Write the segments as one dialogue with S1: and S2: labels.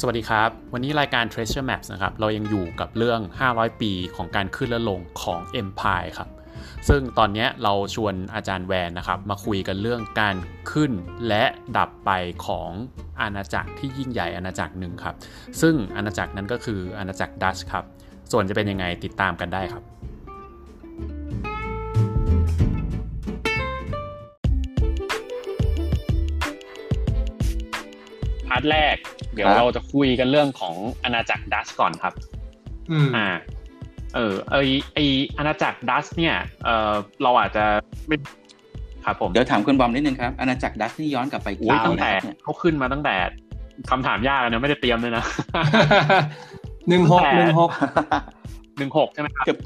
S1: สวัสดีครับ วันนี้รายการ Treasure Maps นะครับ เรายังอยู่กับเรื่อง 500 ปีของการขึ้นและลงของ Empire ครับ ซึ่งตอนเนี้ยเราชวนอาจารย์แวนนะครับ มาคุยกันเรื่องการขึ้นและดับไปของอาณาจักรที่ยิ่งใหญ่อาณาจักรหนึ่งครับ ซึ่งอาณาจักรนั้นก็คืออาณาจักรดัชครับ ส่วนจะเป็นยังไงติดตามกันได้ครับ พาร์ทแรก เดี๋ยว
S2: ครับ
S1: เราจะคุยกันเรื่องของอาณาจักรดัชก่อนครับ
S2: อืม
S1: อ่า เออไอไออาณาจักรดัชเนี่ย เออเราอาจจะไม่ครับผม
S2: เดี๋ยวถามคุณบอมนิดนึงครับ อาณาจักรดัชนี่ย้อนกลับไป
S1: โอ้ย
S2: เก้า
S1: ตั้งแต่
S2: นะครับเนี่ย
S1: เขาขึ้นมาตั้งแต่คำถามยากอะนะไม่ได้เตรียมเลยนะ
S3: หนึ่งหกหนึ่งหก
S1: หนึ่งหกใช่ไหมครับ
S2: เกือบ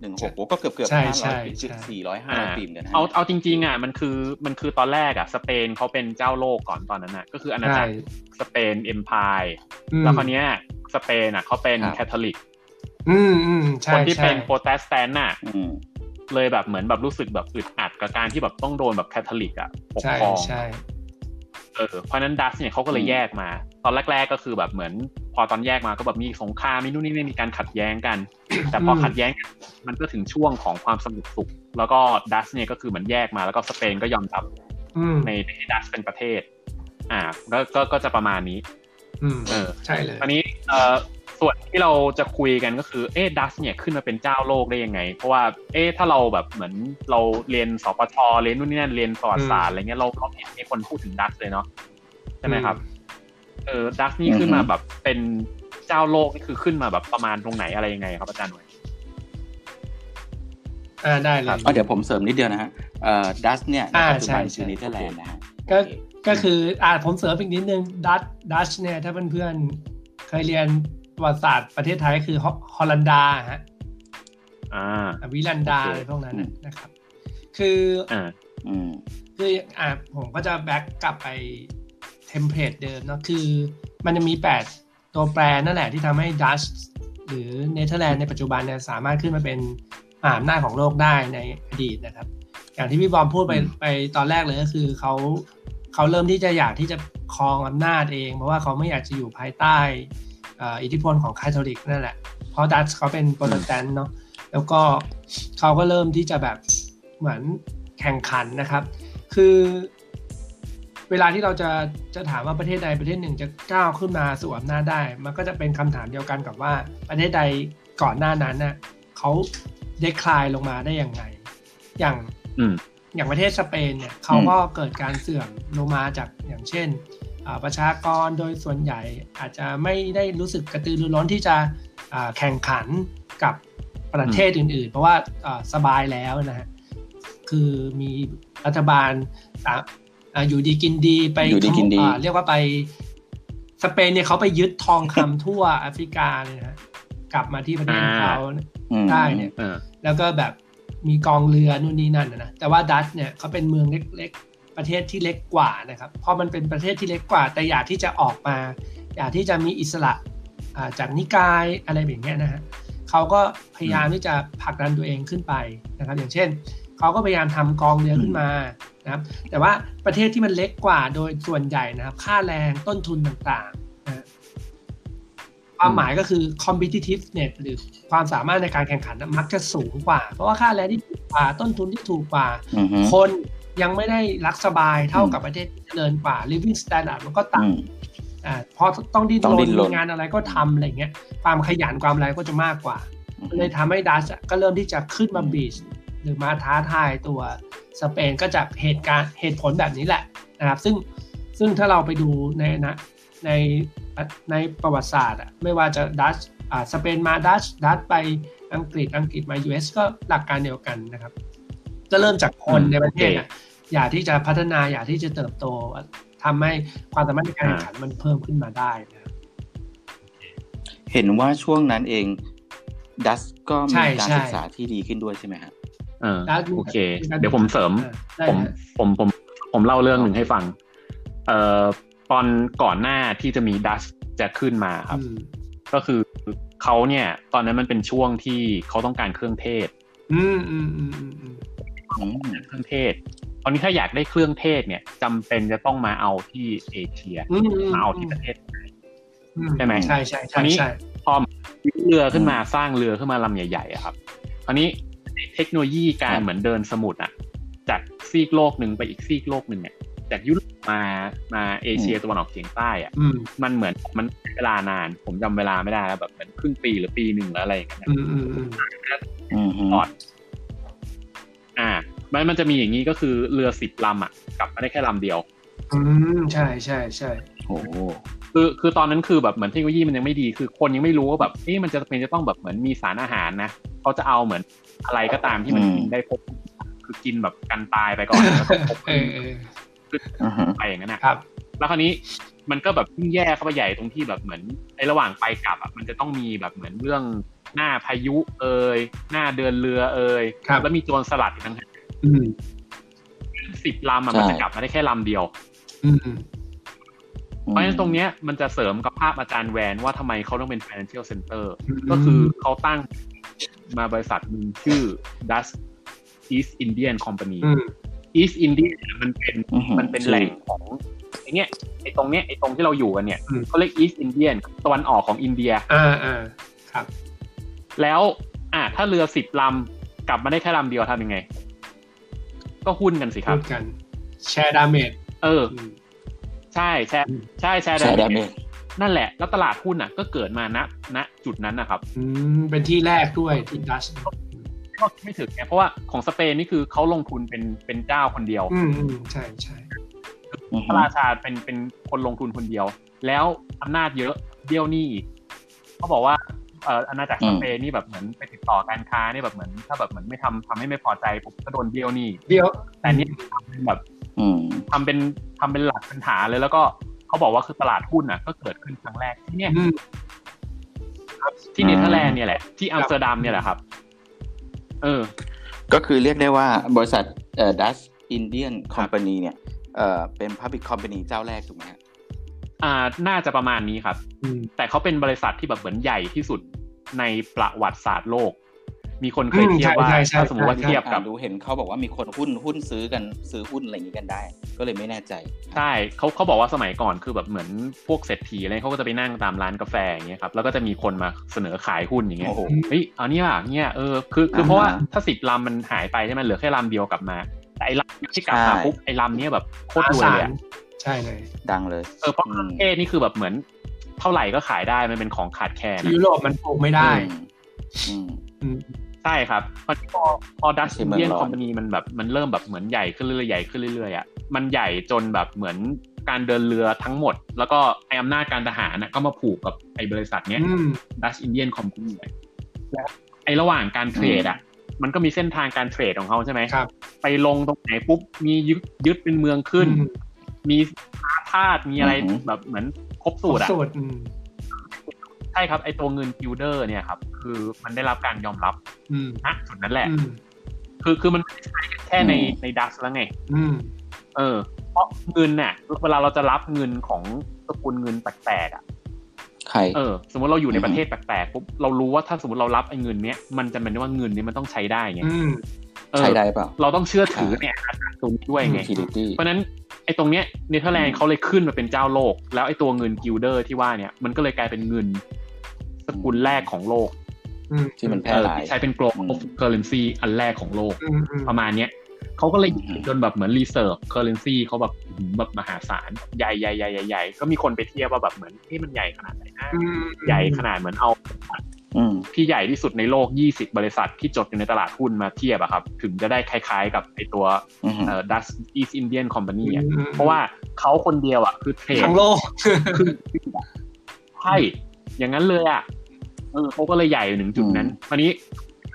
S2: หนึ่งหกโอ้ก็เกือบเกือบ
S3: ใช่
S2: ห้า
S3: ใช่
S2: ร้อยปี
S3: ใช่
S2: สี่ร้อยห้า
S1: อ่า
S2: ร้อยปีหมืนกันนะ
S1: เอาเอาจริงๆอ่ะมันคือมันคือตอนแรกอ่ะสเปนเขาเป็นเจ้าโลกก่อนตอนนั้นอ่ะก็คืออาณา
S3: ใช่
S1: จักรสเปนเอ็มพาย
S3: อืม
S1: แล้วคราวเนี้ยสเปนอ่ะเขาเป็นแคทอลิก
S3: อืมอืม
S1: ค
S3: ใช่
S1: นที่
S3: ใช่
S1: เป็นโปรเตสแตนต์น่ะ
S2: อืม
S1: เลยแบบเหมือนแบบรู้สึกแบบอึดอัดกับการที่แบบต้องโดนแบบแคทอลิกอ่ะปก
S3: ใช่
S1: ครอง
S3: ใช่
S1: เออเพราะฉะนั้นดัชเนี่ยเขาก็เลย
S2: อืม
S1: แยกมา ตอนแรก ๆก็คือแบบเหมือน พอตอนแยกมาก็แบบมีสงครามมีนู่นนี่นั่นมีการขัดแย้งกัน แต่พออ
S3: ม
S1: ขัดแย้งกันมันก็ถึงช่วงของความสงบสุข แล้วก็ดัชเนี่ยก็คือเหมือนแยกมาแล้วก็สเปนก็ยอมรับ
S3: อืม
S1: ในที่ดัชเป็นประเทศ อ่าแล้วก็ก็จะประมาณนี้
S3: อืม
S1: เออ
S3: ใช่เลย
S1: ตอนนี้เอ่อส่วนที่เราจะคุยกันก็คือเอ๊ะดัชเนี่ยขึ้นมาเป็นเจ้าโลกได้ยังไง เพราะว่าเอ๊ะถ้าเราแบบเหมือนเราเรียนสปชเรียนนู่นนี่นั่นเรียนประวัติศาสตร์อะไรเงี้ยเราเราเห็นมีคนพูดถึงดัชเลยเนาะใช่ไหมครับ เออดักนี่
S2: อือฮึ
S1: ขึ้นมาแบบเป็นเจ้าโลกนี่คือขึ้นมาแบบประมาณตรงไหนอะไรยังไงครับอาจารย์หน่วย
S3: อ่าได้เล
S1: ครั
S3: ย
S1: บ
S2: อ๋อเดี๋ยวผมเสริมนิดเดียวนะฮะเอ่อดัชเนี่ยใน
S3: อ่า
S2: ปัจจุบัน
S3: ใช่ใช่
S2: คือเนเธอร์แลนด์นะฮะ
S3: ก็ก็คืออ่าผมเสริมอีกนิดนึงดัชดัชเนี่ยถ้าเพื่อนๆ เคยเรียนประวัติศาสตร์ประเทศไทยก็คือฮอฮอลันดาฮะ
S1: อ่า
S3: วิลันดา
S1: โอเค
S3: อะไรพวกนั้นน่ะนะครับ คือ
S1: อ่า
S2: อืม
S3: คืออ่าผมก็จะแบ็กกลับไปเทมเพลตเดิมเนาะคือ มันจะมี 8 ตัวแปรนั่นแหละที่ทำให้ดัชหรือเนเธอร์แลนด์ในปัจจุบันเนี่ยสามารถขึ้นมาเป็นมหาอำนาจของโลกได้ในอดีตนะครับ อย่างที่พี่บอมพูดไป
S1: อืม
S3: ไปตอนแรกเลยก็คือเขาเขาเริ่มที่จะอยากที่จะครองอำนาจเอง เพราะว่าเขาไม่อยากจะอยู่ภายใต้เอ่ออิทธิพลของคาทอลิกนั่นแหละ เพราะดัชเขาเป็นโปรเตสแตนต์เนาะแล้วก็เขาก็เริ่มที่จะแบบเหมือนแข่งขันนะครับ คือเวลาที่เราจะจะถามว่าประเทศใดประเทศหนึ่งจะก้าวขึ้นมาสู่อำนาจได้ มันก็จะเป็นคำถามเดียวกันกับว่าประเทศใดก่อนหน้านั้นน่ะเขาเดคลายลงมาได้อย่างไง อย่าง
S1: อืม
S3: อย่างประเทศสเปนเนี่ยเขาก็เกิดการเสื่อมลงมาจากอย่างเช่นอ่าประชากรโดยส่วนใหญ่อาจจะไม่ได้รู้สึกกระตือรือร้นที่จะอ่าแข่งขันกับประเทศอื่น ๆ เพราะว่าอ่าสบายแล้วนะฮะคือมีรัฐบาลตามอาอยู่ดีกินดีไป
S2: อยู่ดีกินดี
S3: อ่าเรียกว่าไปสเปนเนี่ยเขาไปยึดทองคำ ทั่ว แอฟริกาเลยนะฮะกลับมาที่ประเทศเขา
S2: อืม
S3: ได้เนี่ย
S1: เออ
S3: แล้วก็แบบมีกองเรือนู่นนี่นั่นนะนะแต่ว่าดัตช์เนี่ยเขาเป็นเมืองเล็กๆ ประเทศที่เล็กกว่านะครับพอมันเป็นประเทศที่เล็กกว่า แต่อยากที่จะออกมา อยากที่จะมีอิสระอ่าจากนิกายอะไรแบบเนี้ยนะฮะเขาก็พยายามที่จะผลักดันตัวเองขึ้นไปนะครับ อย่างเช่นเขาก็พยายามทำกองเรือขึ้นมานะครับแต่ว่าประเทศที่มันเล็กกว่าโดยส่วนใหญ่นะครับ ค่าแรงต้นทุนต่างๆนะฮะความหมายก็คือ competitiveness หรือ ความสามารถในการแข่งขันน่ะมักจะสูงกว่า เพราะว่าค่าแรงที่ถูกกว่าต้นทุนที่ถูกกว่า
S2: อืมฮึ
S3: คนยังไม่ได้รักสบายเท่ากับประเทศที่เจริญกว่า living standard มันก็
S2: อื
S3: ต่ำ
S2: ม
S3: อ่าเพราะต้องดิ้น
S2: ต้อง
S3: ร
S2: ดิ้
S3: น
S2: นรน
S3: มีงานอะไรก็ทำอะไรเงี้ยความขยันความอะไรก็จะมากกว่า
S2: อืม
S3: เลยทำให้ดัชก็เริ่มที่จะขึ้นมาบีชหรือมาท้าทายตัวสเปนก็จากเหตุการณ์เหตุผลแบบนี้แหละนะครับ ซึ่งซึ่งถ้าเราไปดูในนะในในประวัติศาสตร์อะไม่ว่าจะดัชอ่าสเปนมาดัชดัชไปอังกฤษอังกฤษมา US ก็หลักการเดียวกันนะครับ ก็เริ่มจากคน
S1: อืม
S3: ในประเทศอะอยากที่จะพัฒนาอยากที่จะเติบโตทำให้ความสามารถในการแข่ง
S1: อ่า
S3: ขันมันเพิ่มขึ้นมาได้นะครับ
S2: เห็นว่าช่วงนั้นเองดัชก็
S3: ใช่
S2: มีการ
S3: ใช่
S2: ศึกษาที่ดีขึ้นด้วยใช่ไหมฮะ
S1: เออ
S3: แล้ว
S1: โอเค เดี๋ยวผมเสริม
S3: อ่าได้
S1: ผม
S3: ฮะ
S1: ผมผมผมเล่าเรื่องหนึ่งให้ฟัง เอ่อตอนก่อนหน้าที่จะมีดัชจะขึ้นมาครับ
S3: อืม
S1: ก็คือเขาเนี่ย ตอนนั้นมันเป็นช่วงที่เขาต้องการเครื่องเทศ
S3: อืมอืมอืมอืมอืม
S2: อืม
S1: เครื่องเทศ ตอนนี้ถ้าอยากได้เครื่องเทศเนี่ยจำเป็นจะต้องมาเอาที่เอเชีย
S3: อืมอืม
S1: มาเอาที่ประเทศ
S3: อื
S1: ใช่ไหม
S3: ใช่ใช่
S1: ครา
S3: ใช่
S1: วนี้
S3: ใช่
S1: พอมีเรือขึ้นมาสร้างเรือขึ้นมาลำใหญ่ๆอะครับคราวนี้เทคโนโลยีการ
S2: ครับ
S1: เหมือนเดินสมุทรอะจากซีกโลกหนึ่งไปอีกซีกโลกหนึ่งเนี่ยจากยุโรปมามาเอเชียตะวันออกเฉียงใต้อะ
S3: อืม
S1: มันเหมือนมันเวลานาน ผมจำเวลาไม่ได้แล้วแบบเหมือนครึ่งปีหรือปีหนึ่งแล้วอะไรอย่างเงี้ย
S3: อืมอืมอืม
S2: อืมฮึ
S1: ตอด อ่า มันมันจะมีอย่างนี้ก็คือเรือสิบลำอ่ะกลับมาได้แค่ลำเดียว
S3: อืมใช่ใช่ใช่
S2: โอ้โห
S1: คือคือตอนนั้นคือแบบเหมือนเทคโนโลยีมันยังไม่ดี คือคนยังไม่รู้ว่าแบบนี่มันจะเป็นจะต้องแบบเหมือนมีสารอาหารนะเขาจะเอาเหมือนอะไรก็ตามที่มัน
S2: อืม
S1: กินได้พบ คือกินแบบกันตายไปก่อนแล้วก็พบ
S3: เออเออ
S2: อือฮึ
S1: ไปอย่างนั้นอ่ะ
S3: ครับ
S1: แล้วคราวนี้มันก็แบบยิ่งแย่เข้าไปใหญ่ตรงที่แบบเหมือนในระหว่างไปกลับอ่ะมันจะต้องมีแบบเหมือนเรื่องหน้าพายุเอ่ยหน้าเดินเรือเอ่ย
S3: ครับ
S1: แล้วมีโจรสลัดอีกทั้ง
S3: อืม
S1: สิบลำอ่ะมันจะกลับมาได้แค่ลำเดียว
S3: อืม
S1: เพราะฉะนั้นตรงเนี้ยมันจะเสริมกับภาพอาจารย์แวนว่าทำไมเขาต้องเป็น financial center
S3: ม
S1: ก็คือเขาตั้งมาบริษัทหนึ่งชื่อ Dutch East Indian Company
S3: อืม
S1: East Indian เนี่ยมันเป็น
S2: อือฮึ
S1: มันเป็นแหล่งของไอเนี้ยไอตรงเนี้ยไอตรงที่เราอยู่กันเนี่ย
S3: อืม
S1: เขาเรียก East Indian ตะวันออกของอินเดีย
S3: อ่าอ่าครับ
S1: แล้วอ่ะถ้าเรือสิบลำกลับมาได้แค่ลำเดียวทำยังไง ก็หุ้นกันสิค
S3: พู
S1: รับ
S3: ดกัน แชร์ดาเมจ
S1: เออ
S3: อืม
S1: ใช่แชร์
S3: อืม
S1: ใช่แชร์
S2: ใช่ดาเมจ
S1: นั่นแหละ แล้วตลาดหุ้นอ่ะ ก็เกิดมาณณจุดนั้นนะครับ
S3: อืมเป็นที่แรกด้วยที่ดัช
S1: ก็ไม่ถึงไงเพราะว่าของสเปนนี่คือเขาลงทุนเป็นเป็นเจ้าคนเดียว
S3: อืมอืมใช่ใช่
S2: อือ
S1: พระ
S2: ฮึ
S1: ราชาเป็นเป็นคนลงทุนคนเดียว แล้วอำนาจเยอะเดี่ยวหนี่อีกเขาบอกว่าเอ่ออาณาจักรสเปนนี่แบบเหมือนไปติดต่อการค้านี่แบบเหมือน ถ้าแบบเหมือนไม่ทำทำให้ไม่พอใจปุ๊บก็โดนเดี่ยวหนี่
S3: เดียว
S1: แต่นี่ทำเป็นแบบ
S2: อืม
S1: ทำเป็นทำเป็นหลักปัญหาเลย แล้วก็เขาบอกว่าคือตลาดหุ้นน่ะ ก็เกิดขึ้นครั้งแรกที่เนี่ย
S3: อืม
S1: ที่เนเธอร์แลนด์เนี่ยแหละที่อัมสเตอร์ดัมเนี่ยแหละครับ เออ
S2: ก็คือเรียกได้ว่าบริษัทเอ่อดัชอินเดียนคอมพานีเนี่ยเอ่อเป็นพับลิคคอมพานีเจ้าแรกถูกไหมฮะ
S1: อ่าน่าจะประมาณนี้ครับ
S3: อืม
S1: แต่เขาเป็นบริษัทที่แบบเหมือนใหญ่ที่สุดในประวัติศาสตร์โลก มีคนเคย
S3: อืม
S1: เทียบว่า
S3: ใช่ใช่
S1: ถ้าสมมติว่า
S3: ใช่
S1: เทียบกั
S2: อ่า
S1: บ
S2: รู้เห็นเขาบอกว่ามีคนหุ้นหุ้นซื้อกันซื้อหุ้นอะไรอย่างนี้กันได้ ก็เลยไม่แน่ใจ
S1: ใช่เขาเขาบอกว่าสมัยก่อนคือแบบเหมือนพวกเศรษฐีอะไรเขาก็จะไปนั่งตามร้านกาแฟอย่างเงี้ยครับแล้วก็จะมีคนมาเสนอขายหุ้นอย่างเงี้ย
S2: โอ้โห
S1: เฮ้ยเอาเนี่ยว่ะเนี่ยเออคือคือเพราะว่า
S2: อ่าฮะ
S1: ถ้าสิบลำมันหายไปใช่ไหมเหลือแค่ลำเดียวกลับมา แต่ไอ้ลำที่กลับมา
S2: ใช่
S1: ปุ๊บไอ้ลำเนี้ยแบบโคตร
S3: อาร
S1: วย
S3: สา
S1: เลย
S3: ร
S1: อะ
S3: ใช่เลย
S2: ดังเลย
S1: เออเพราะประเทศนี่คือแบบเหมือนเท่าไหร่ก็ขายได้มันเป็นของขาดแคลนอะ
S3: ที่ยุโรปมันปลูกไม่ได้
S2: อืม
S3: อืม
S1: ใช่ครับพอพอพอดัช
S2: ไม่ใช่เมือง
S1: เยียน
S2: ร้อน
S1: คอมพานีมันแบบมันเริ่มแบบเหมือนใหญ่ขึ้นเรื่อยๆใหญ่ขึ้นเรื่อยๆอ่ะมันใหญ่จนแบบเหมือนการเดินเรือทั้งหมด แล้วก็ไออำนาจการทหารนะก็มาผูกกับไอบริษัทเนี้ย
S3: อืม
S1: ดัชอินเดียนคอมพานีและไอระหว่างการเทรดอ่ะ มันก็มีเส้นทางการเทรดของเขาใช่ไหม
S3: ครับ
S1: ไปลงตรงไหนปุ๊บมียึดยึดเป็นเมืองขึ้น
S3: อืม
S1: มีค้าทาสมีอะไร
S2: อือหือ
S1: แบบเหมือนครบสูตรอ่ะ
S3: สูตรอืม
S1: ใช่ครับไอตัวเงินกิลเดอร์เนี่ยครับคือมันได้รับการยอมรับ
S3: อืม
S1: ณจุดนั้นแหละ
S3: อืม
S1: คือคือมันไม่ได้ใช้แค่ใน
S2: อืม
S1: ในดัชแล้วไง
S3: อืม
S1: เออ เพราะเงินน่ะเวลาเราจะรับเงินของสกุลเงินแปลกๆอ่ะ
S2: ใคร
S1: เออ สมมติเราอยู่ใน
S2: อืม
S1: ประเทศแปลกๆปุ๊บเรารู้ว่าถ้าสมมติเรารับไอ้เงินเนี้ยมันจะเป็นว่าเงินเนี้ยมันต้องใช้ได้ไง
S3: อืม
S1: เออ
S2: ใช้ได้เปล่า
S1: เราต้องเชื่อถือเนี่ยตรงนี้ด้วยไง
S2: utility
S1: เพราะฉะนั้นไอ้ตรงเนี้ยเนเธอร์แลน
S2: อื
S1: ด์
S2: ม
S1: เขาเลยขึ้นมาเป็นเจ้าโลก แล้วไอ้ตัวเงินกิลเดอร์ที่ว่าเนี่ยมันก็เลยกลายเป็นเงินสกุลแรกของโลก
S3: อืม
S2: ที่มันแพร่
S1: เออ
S2: หลาย
S1: ที่ใช้เป็น global currency อันแรกของโลก
S3: อืมอืม
S1: ประมาณเนี้ยเขาก็เลย
S2: อืม
S1: จนแบบเหมือนรีเซิร์ฟเคอร์เรนซีเขาแบบหืมแบบมหาศาลใหญ่ใหญ่ใหญ่ใหญ่ใหญ่ก็มีคนไปเทียบว่าแบบเหมือนที่มันใหญ่ขนาดไหนนะ
S3: อืม
S1: ใหญ่ขนาดเหมือนเอา
S2: อืม
S1: ที่ใหญ่ที่สุดในโลก 20 บริษัทที่จดอยู่ในตลาดหุ้นมาเทียบอะครับ ถึงจะได้คล้ายๆกับไอตัว
S2: อืม
S1: เอ่อดัชอีสอินเดียนคอมพานี
S3: อืมอืม
S1: เพราะว่าเขาคนเดียวอะคือเทรด
S3: ทั้งโลก
S1: ขึ้นใช่อย่างนั้นเลยอะเออเขาก็เลยใหญ่อยู่ถึงจุดนั้นตอนนี้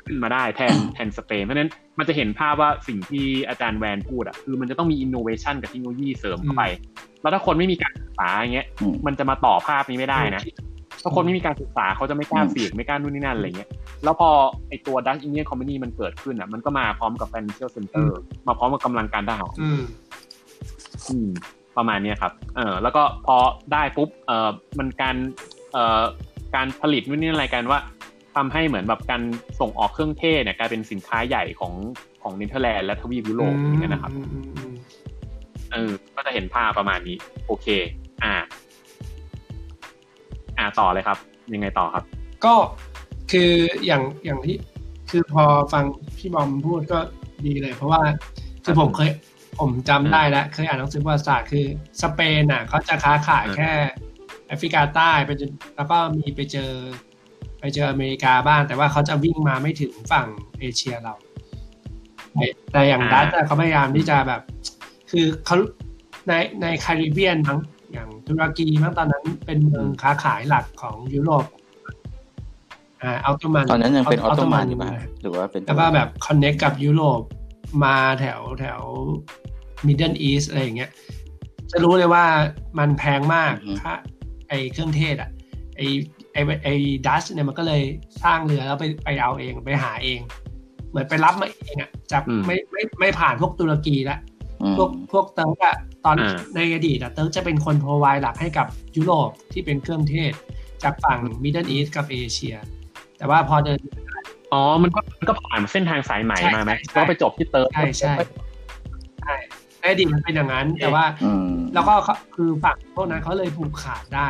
S1: ขึ้นมาได้แทนแทนสเปนเพราะฉะนั้นมันจะเห็นภาพว่าสิ่งที่อาจารย์แวนพูดอะคือมันจะต้องมีอินโนเวชันกับเทคโนโลยีเสริมเข้าไป แล้วถ้าคนไม่มีการศึกษาอย่างเงี้ย
S2: อืม
S1: มันจะมาต่อภาพนี้ไม่ได้นะ ถ้าคนไม่มีการศึกษาเขาจะไม่กล้าเสี่ยงไม่กล้านู่นนี่นั่นอะไรเงี้ย แล้วพอไอตัวดัชอินเดียคอมพานีมันเกิดขึ้นอะมันก็มาพร้อมกับ financial center มาพร้อมกับกำลังการทหาร
S3: อืม
S1: อืมประมาณเนี้ยครับ เออแล้วก็พอได้ปุ๊บ เออมันการ เอ่อ การผลิตนู่นนี่อะไรกันว่าทำให้เหมือนแบบการส่งออกเครื่องเทศเนี่ยกลายเป็นสินค้าใหญ่ของของเนเธอร์แลนด์และทวีปยุโรปอย่างเงี้ยนะครับ
S3: อืมอืมอืม
S1: เออ ก็จะเห็นภาพประมาณนี้ โอเค อ่า อ่าต่อเลยครับ ยังไงต่อครับ
S3: ก็คืออย่างอย่างที่คือพอฟังพี่บอมพูดก็ดีเลย เพราะว่าคือผมเคยผมจำได้แล้วเคยอ่านหนังสือประวัติศาสตร์คือสเปนอ่ะเขาจะค้าขาย
S1: อืม
S3: แค่แอฟริกาใต้ไปจนแล้วก็มีไปเจอ ไปเจออเมริกาบ้าง แต่ว่าเขาจะวิ่งมาไม่ถึงฝั่งเอเชียเรา แต่แต่อย่างดัตเขาพยายามที่จะแบบ คือเขาในในแคริบเบียนทั้งอย่างตุรกีมั้งตอนนั้นเป็นเมืองค้าขายหลักของยุโรปอ่าอัลโตมัน
S2: ตอนนั้นยังเป็นออโตมันอยู่ป่ะหรือว่าเป็น
S3: แล้วก็แบบคอนเน c กกับยุโรปมาแถวแถวมิดเดิลอีสอะไรอย่างเงี้ยจะรู้เลยว่ามันแพงมาก
S2: อือฮึ
S3: ค่าไอเครื่องเทศอ่ะไอไอไอดัชเนี่ยมันก็เลยสร้างเรือแล้วไปไปเอาเองไปหาเอง เหมือนไปรับมาเองอ่ะจาก
S1: อืม
S3: ไม่ไม่ไม่ผ่านพวกตุรกีละ
S2: อืม
S3: พวกพวกเติร์กอะตอน
S1: อ่า
S3: ในอดีตอะเติร์กจะเป็นคนพรวายหลักให้กับยุโรปที่เป็นเครื่องเทศ จากฝั่งมิดเดิลอีสกับเอเชีย แต่ว่าพอเดิน
S1: อ๋อ มันก็มันก็ผ่านเส้นทางสายใหม่
S3: ใช่
S1: มาไหม
S3: ใช่ใช่
S1: ก็ไปจบที่เติร์ก
S3: ใช่ใช่ใช่ในอดีตมันเป็นอย่างนั้น แต่ว่า
S2: อืม
S3: แล้วก็เขาคือฝั่งพวกนั้นเขาเลยผูกขาดได้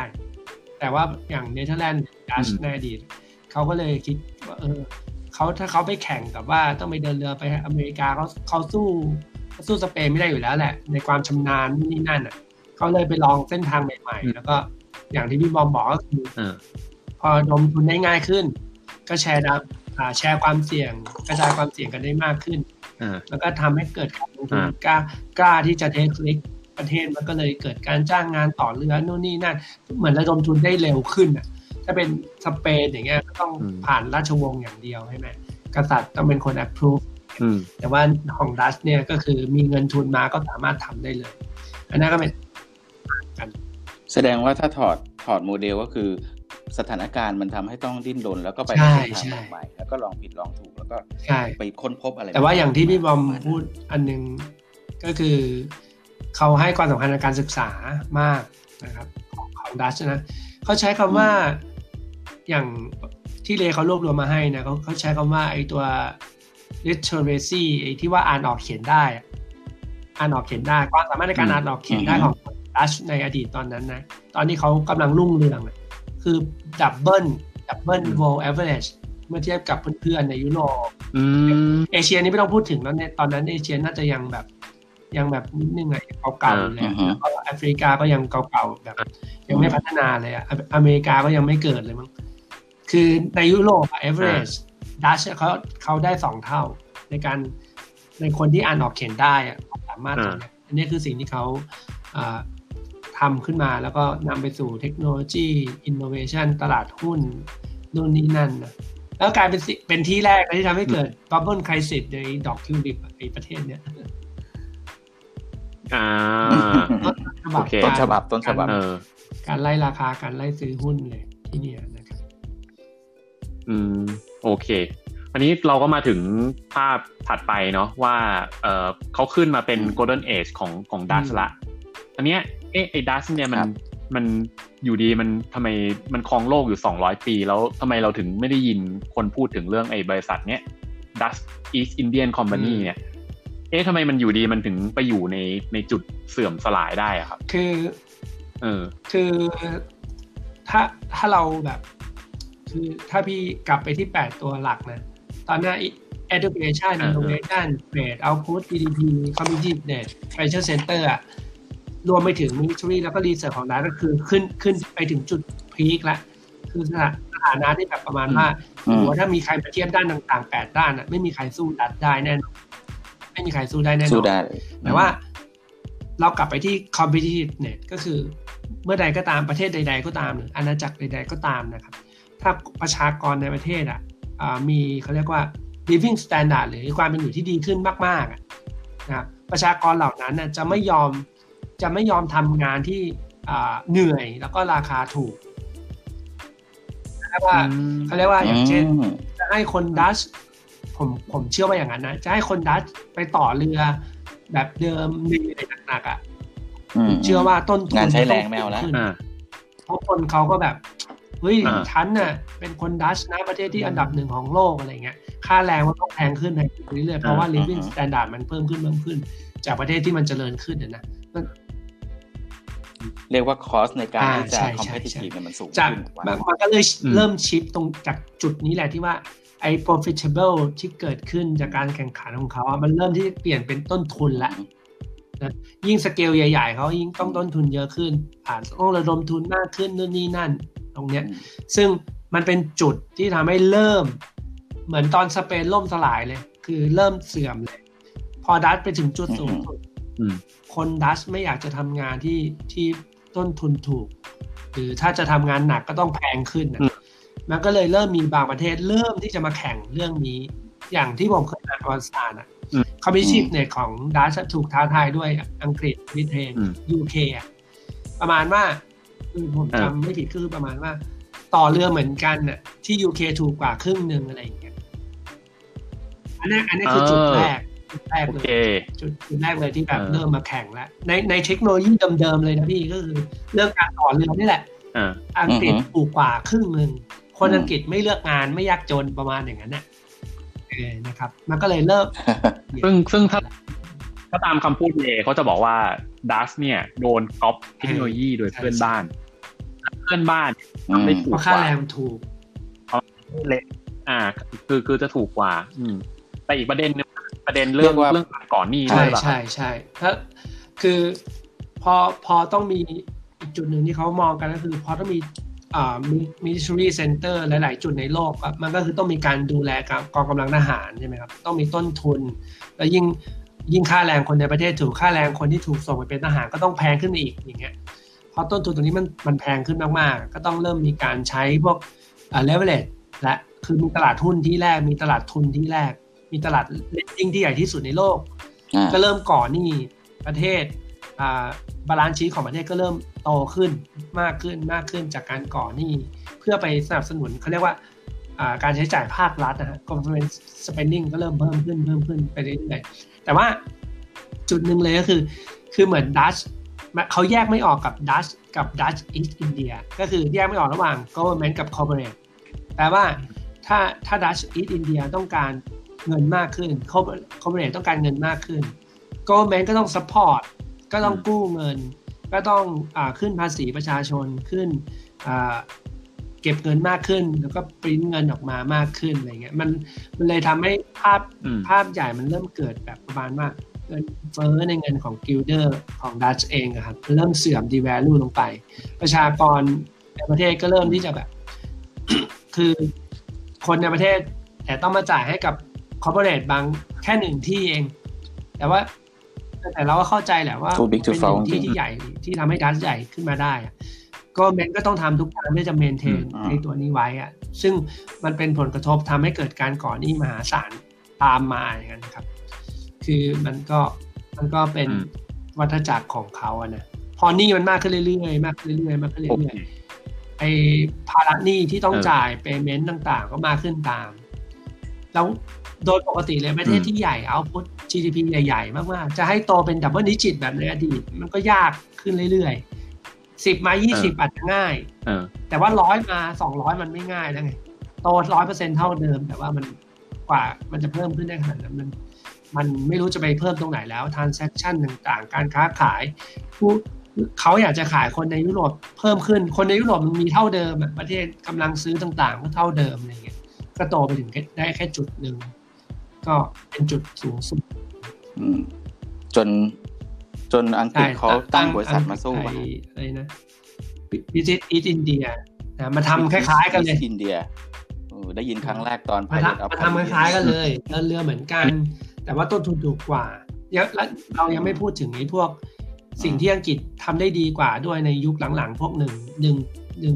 S3: แต่ว่าอย่างเนเธอร์แลนด์ดัชในอดีตเขาก็เลยคิดว่าเออเขาถ้าเขาไปแข่งกับว่าต้องไปเดินเรือไปอเมริกาเขาเขาสู้เขาสู้สเปนไม่ได้อยู่แล้วแหละ ในความชำนาญนู่นนี่นั่นอ่ะเขาเลยไปลองเส้นทางใหม่ๆ แล้วก็อย่างที่พี่บอมบอกก็คือ
S1: อ่า
S3: พอลงทุนได้ง่ายขึ้น ก็แชร์ดับอ่าแชร์ความเสี่ยงกระจายความเสี่ยงกันได้มากขึ้น
S1: อ่า
S3: แล้วก็ทำให้เกิดการลงทุน
S1: อ่า
S3: กล้ากล้าที่จะเทคลิกประเทศมันก็เลยเกิดการจ้างงานต่อเรือนู่นนี่นั่น เหมือนระดมทุนได้เร็วขึ้นน่ะถ้าเป็นสเปนอย่างเงี้ยก็ต้องผ่านราชวงศ์อย่างเดียวใช่ไหมกษัตริย์ต้องเป็นคน approve
S1: อืม
S3: แต่ว่าของดัชเนี่ยก็คือมีเงินทุนมาก็สามารถทำได้เลย อันนั้นก็เป็น
S2: แสดงว่าถ้าถอดถอดโมเดลก็คือ สถานการณ์มันทำให้ต้องดิ้นรนแล้วก็ไป
S3: ใช่
S2: ในเส้น
S3: ใช่
S2: ทางใหม่ๆแล้วก็ลองผิดลองถูกแล้วก็
S3: ใช่
S2: ไปค้นพบอะไร
S3: แต่ว่าอย่างที่พี่บอม
S2: ประาณนั้น
S3: พูดอันหนึงก็คือเขาให้ความสำคัญในการศึกษามากนะครับของของดัชนะเขาใช้คำว่าอย่างที่เลเขารวบรวมมาให้นะเขาเขาใช้คำว่าไอ้ตัว literacy ไอ้ที่ว่าอ่านออกเขียนได้อะอ่านออกเขียนได้ความสามารถในการอ่านออกเขียนได้ของดัชในอดีตตอนนั้นนะ ตอนนี้เขากำลังรุ่งเรืองอะคือดับเบิลดับเบิล world average เมื่อเทียบกับเพื่อนๆในยุโรป
S1: อืม
S3: เอเชียนี่ไม่ต้องพูดถึงแล้วเนี่ยตอนนั้นเอเชียน่าจะยังแบบ ยังแบบนิดนึงอะยังเก่าๆอยู่เลย
S2: อื
S3: อะ
S2: อฮึ
S3: แล้วก็แอฟริกาก็ยังเก่าๆแบบ ยังไม่พัฒนาเลยอะอเมอเมริกาก็ยังไม่เกิดเลยมั้งคือในยุโรปอะเอเวอเรจดัชเขาเขาได้สองเท่า ในการในคนที่อ่านออกเขียนได้อะความสามารถตรงเนี้ยอันนี้คือสิ่งที่เขาอ่าทำขึ้นมาแล้วก็นำไปสู่เทคโนโลยีอินโนเวชันตลาดหุ้นนู่นนี่นั่นนะ แล้วกลายเป็นสิเป็นที่แรกที่ทำให้เกิดบับเบิลไครสิสในดอกทิวลิปในประเทศเนี้ย
S1: อ่า
S3: ฉบับ
S1: โอเค
S2: ต้นฉบับต้นฉบับ
S1: เออ
S3: การไล่ราคาการไล่ซื้อหุ้นเลยที่เนี่ยนะครับ
S1: อืมโอเค อันนี้เราก็มาถึงภาพถัดไปเนาะว่าเออเขาขึ้นมาเป็น golden age ของของดัชละอันเนี้ยเอะไอ้ดัชเนี่ยมัน
S2: ครับ
S1: มันอยู่ดีมันทำไมมันครองโลกอยู่ 200 ปี แล้วทำไมเราถึงไม่ได้ยินคนพูดถึงเรื่องไอ้บริษัทเนี้ย Dutch East Indian Company เนี่ยเอ๊ะทำไมมันอยู่ดีมันถึงไปอยู่ในในจุดเสื่อมสลายได้อะครับ
S3: คือ
S1: เออ
S3: คือถ้าถ้าเราแบบ คือถ้าพี่กลับไปที่ 8 ตัวหลักนะ ตอนหน้า education
S1: อ่า
S3: innovation trade output GDP community net financial center อะรวมไปถึง military แล้วก็ research ของร้านก็คือขึ้นขึ้นไปถึงจุดพีคละคือสถาสถานะที่แบบประมาณว่า
S2: อืม
S3: โอ้โหถ้ามีใครมาเทียบด้านต่างๆแปดด้านน่ะไม่มีใครสู้ดัดได้แน่นอนไม่มีใครสู้ได้แน่น
S2: สู้
S3: อน
S2: ได้เลย
S3: แต่ว่าเรากลับไปที่ competitive เนี่ยก็คือเมื่อใดก็ตามประเทศใด ๆ ก็ตามหรืออาณาจักรใด ๆ ก็ตามนะครับ ถ้าประชากรในประเทศอ่ะอ่ามีเขาเรียกว่า living standard หรือความเป็นอยู่ที่ดีขึ้นมากๆอะนะครับประชากรเหล่านั้นน่ะจะไม่ยอมจะไม่ยอมทำงานที่อ่าเหนื่อยแล้วก็ราคาถูกนะครับว่าเขาเรียกว่าอย่างเช่น
S2: ม
S3: จะให้คนดัชผมผมเชื่อว่าอย่างนั้นนะ จะให้คนดัชไปต่อเรือแบบเดิมเหนื่อยหนักๆอ่ะผมเชื่อว่าต้นทุน
S2: งานใช้แรงไม่เอาละ
S3: ขึ้น
S1: อ่า
S3: เพราะคนเขาก็แบบเฮ้ย
S1: อ่า
S3: ฉันน่ะเป็นคนดัชนะประเทศที่อันดับหนึ่งของโลกอะไรเงี้ยค่าแรงมันต้องแพงขึ้นแพงขึ้นเรื่อยๆเพราะว่า living standard มันเพิ่มขึ้นเพิ่มขึ้น จากประเทศที่มันเจริญขึ้นนะนะ
S2: เรียกว่าคอสในการ
S3: อ่า
S2: ที่จะ
S3: ใช่
S2: คอม
S3: ใช่
S2: เพลติ
S3: ใช่
S2: ทีฟเนี่ยมันสูง
S3: จาก
S2: ขึ้นว่า
S3: มันก็เลย
S1: อืม
S3: เริ่มชิปตรงจากจุดนี้แหละที่ว่าไอ้ profitable ที่เกิดขึ้นจากการแข่งขันของเขาอะมันเริ่มที่จะเปลี่ยนเป็นต้นทุนละ ยิ่งสเกลใหญ่ ๆ เขายิ่งต้องต้นทุนเยอะขึ้นอ่าต้องระดมทุนมากขึ้นนู่นนี่นั่น ตรงเนี้ย
S2: อืม
S3: ซึ่งมันเป็นจุดที่ทำให้เริ่ม เหมือนตอนสเปนล่มสลายเลย คือเริ่มเสื่อมเลย พอดัชไปถึงจุดสูงสุด
S1: อืม
S3: คนดัชไม่อยากจะทำงานที่ที่ต้นทุนถูก หรือถ้าจะทำงานหนักก็ต้องแพงขึ้นนะ
S1: อืม
S3: มันก็เลยเริ่มมีบางประเทศเริ่มที่จะมาแข่งเรื่องนี้ อย่างที่ผมเคยอ่านประวัติศาสตร์อะคอมมิชชีพเนี่ยของดัชถูกท้าทายด้วยอังกฤษบริเตน
S1: อืม
S3: ยูเคอะประมาณว่าคือผม
S1: อ่า
S3: จำไม่ผิดคือประมาณว่า ต่อเรือเหมือนกันน่ะ ที่ยูเคถูกกว่าครึ่งหนึ่งอะไรอย่างเงี้ยอันนี้อันนี้คือจุดแรกจุดแรก
S1: โอ
S3: เล
S1: เค
S3: ยจุดจุดแรกเลยที่แบบ
S1: เออ
S3: เริ่มมาแข่งแล้วในในเทคโนโลยีเดิมๆเลยนะพี่ก็คือเรื่องการต่อเรือนี่แหละ
S1: อ่า
S3: อังกฤษ
S2: อือฮึ
S3: ถูกกว่าครึ่งหนึ่งคน
S2: อืม
S3: อังกฤษไม่เลือกงานไม่ยากจนประมาณอย่างนั้นน่ะเออนะครับ มันก็เลยเริ่ม
S1: ซึ่งซึ่งถ้าถ้าตามคำพูดเลยเขาจะบอกว่าดัสเนี่ย โดนก๊อปเทคโนโลยีโดยเพื่อนบ้าน เพื่อนบ้าน
S2: อืม
S1: ไม่ถูก
S3: เพราะ
S1: ก
S3: ค่า
S1: ว่า
S3: แรงมันถูก
S1: เละอ่า คือคือจะถูกกว่า อืม แต่อีกประเด็นหนึงประเด็น
S2: เรี
S1: เรื่อง
S2: ยกว่า
S1: เรื่องก่อนหนี้ด้
S3: ใช่
S1: วยป่ะครับ
S3: ใช่ใช่ถ้าคือพอพอต้องมีอีกจุดหนึ่งที่เขามองกันก็คือ พอต้องมีอ่ามิลิเทอรี่เซ็นเตอร์หลาย ๆ จุดในโลกครับมันก็คือต้องมีการดูแลกับกองกำลังทหารใช่ไหมครับ ต้องมีต้นทุน แล้วยิ่งยิ่งค่าแรงคนในประเทศถูกค่าแรงคนที่ถูกส่งไปเป็นทหารก็ต้องแพงขึ้นอีกอย่างเงี้ยพอต้นทุนตรงนี้มันมันแพงขึ้นมากๆ ก็ต้องเริ่มมีการใช้พวกเลเวลเลตและคือมีตลาดหุ้นที่แรกมีตลาดทุนที่แรก มีตลาดเลนดิ้งที่ใหญ่ที่สุดในโลก
S2: อ่า
S3: ก็เริ่มก่อนหนี่ประเทศบาลานซ์ชีของประเทศก็เริ่มโตขึ้นมากขึ้นมากขึ้นจากการก่อนหนี่ เพื่อไปสนับสนุนเขาเรียกว่าอ่าการใช้จ่ายภาครัฐนะฮะ government spending ก็เริ่มเพิ่มขึ้นเพิ่มขึ้นไปเรื่อยๆแต่ว่าจุดหนึ่งเลยก็คือ คือเหมือนดัชเขาแยกไม่ออกกับดัชกับดัชอีสอินเดียก็คือแยกไม่ออกระหว่าง government กับ corporate แต่ว่าถ้าถ้าดัชอีสอินเดียต้องการเงินมากขึ้น corporate ต้องการเงินมากขึ้น government ก็ต้อง support ก็ต้อง
S1: อืม
S3: กู้เงิน ก็ต้องอาขึ้นภาษีประชาชนขึ้นอ่าเก็บเงินมากขึ้น แล้วก็ปริ้นเงินออกมามากขึ้นอะไรเงี้ยมันมันเลยทำให้ภาพ
S1: อืม
S3: ภาพใหญ่มันเริ่มเกิดแบบประมาณว่าเงินเฟ้อในเงินของกิลเดอร์ของดัชเองอะครับเริ่มเสื่อมดีแวลูลงไป ประชากรในประเทศก็เริ่มที่จะแบบ คือคนในประเทศ แต่ต้องมาจ่ายให้กับคอร์ปอเรทบางแค่หนึ่งที่เอง แต่ว่า แต่เราก็เข้าใจแหละว่า
S2: Too big to fail
S3: เป็นหนึ่งที่
S2: จริงๆ
S3: ที่ใหญ่ที่ทำให้ดัชใหญ่ขึ้นมาได้อะ ก็เมนก็ต้องทำทุกทางเพื่อจะเมนเทน
S2: อืม
S3: ในตัวนี้ไว้อะซึ่งมันเป็นผลกระทบทำให้เกิดการก่อหนี้มหาศาลตามมาอย่างนั้นครับ คือมันก็มันก็เป็น
S1: อืม
S3: วัฏจักรของเขาอะนะพอหนี้มันมากขึ้นเรื่อยๆมากขึ้นเรื่อยๆมากขึ้น
S1: โอ
S3: เรื่
S1: เค
S3: อยๆไอภาระหนี้ที่ต้อง
S1: เออ
S3: จ่ายเปเมนต์ต่างๆ ก็มากขึ้นตาม แล้วโดยปกติเลยประเทศ
S1: อืม
S3: ที่ใหญ่เอาพุท GDP ใหญ่ๆ มากๆ จะให้โตเป็นดับเบิลดิจิตแบบในอดีตมันก็ยากขึ้นเรื่อยๆสิบมายี่สิบอาจจะง่าย
S1: เออ
S3: แต่ว่าร้อยมาสองร้อยมันไม่ง่ายแล้วไงโตร้อยเปอร์เซ็นเท่าเดิม แต่ว่ามันกว่ามันจะเพิ่มขึ้นได้ขนาดนั้นมันมันไม่รู้จะไปเพิ่มตรงไหนแล้ว transaction ต่างๆ การค้าขายผู้เขาอยากจะขายคนในยุโรปเพิ่มขึ้นคนในยุโรปมันมีเท่าเดิมอะประเทศกำลังซื้อต่างๆ ก็เท่าเดิมอะไรเงี้ยก็โตไปถึงแค่ได้แค่จุดหนึ่งก็เป็นจุดสูงสุด
S2: อืมจนจนอังกฤษเขาตั้งบริษัทมาสู้ป่ะ
S3: ไอ้อะไรนะวิจิตอีสอินเดียนะมาทำคล้ายๆกันเลย
S2: อินเดียโอ้ได้ยินครั้งแรกตอน
S3: มา
S2: Pilot of
S3: ทำมา
S2: Caribbean
S3: ทำคล้ายๆกันเลยเดินเรือเหมือนกัน แต่ว่าต้นทุนถูกกว่าเดี๋ยวแล้วเรายังไม่พูดถึงไอ้พวก สิ่งที่อังกฤษทำได้ดีกว่าด้วยในยุคหลังๆ พวกหนึ่งหนึ่งหนึ่ง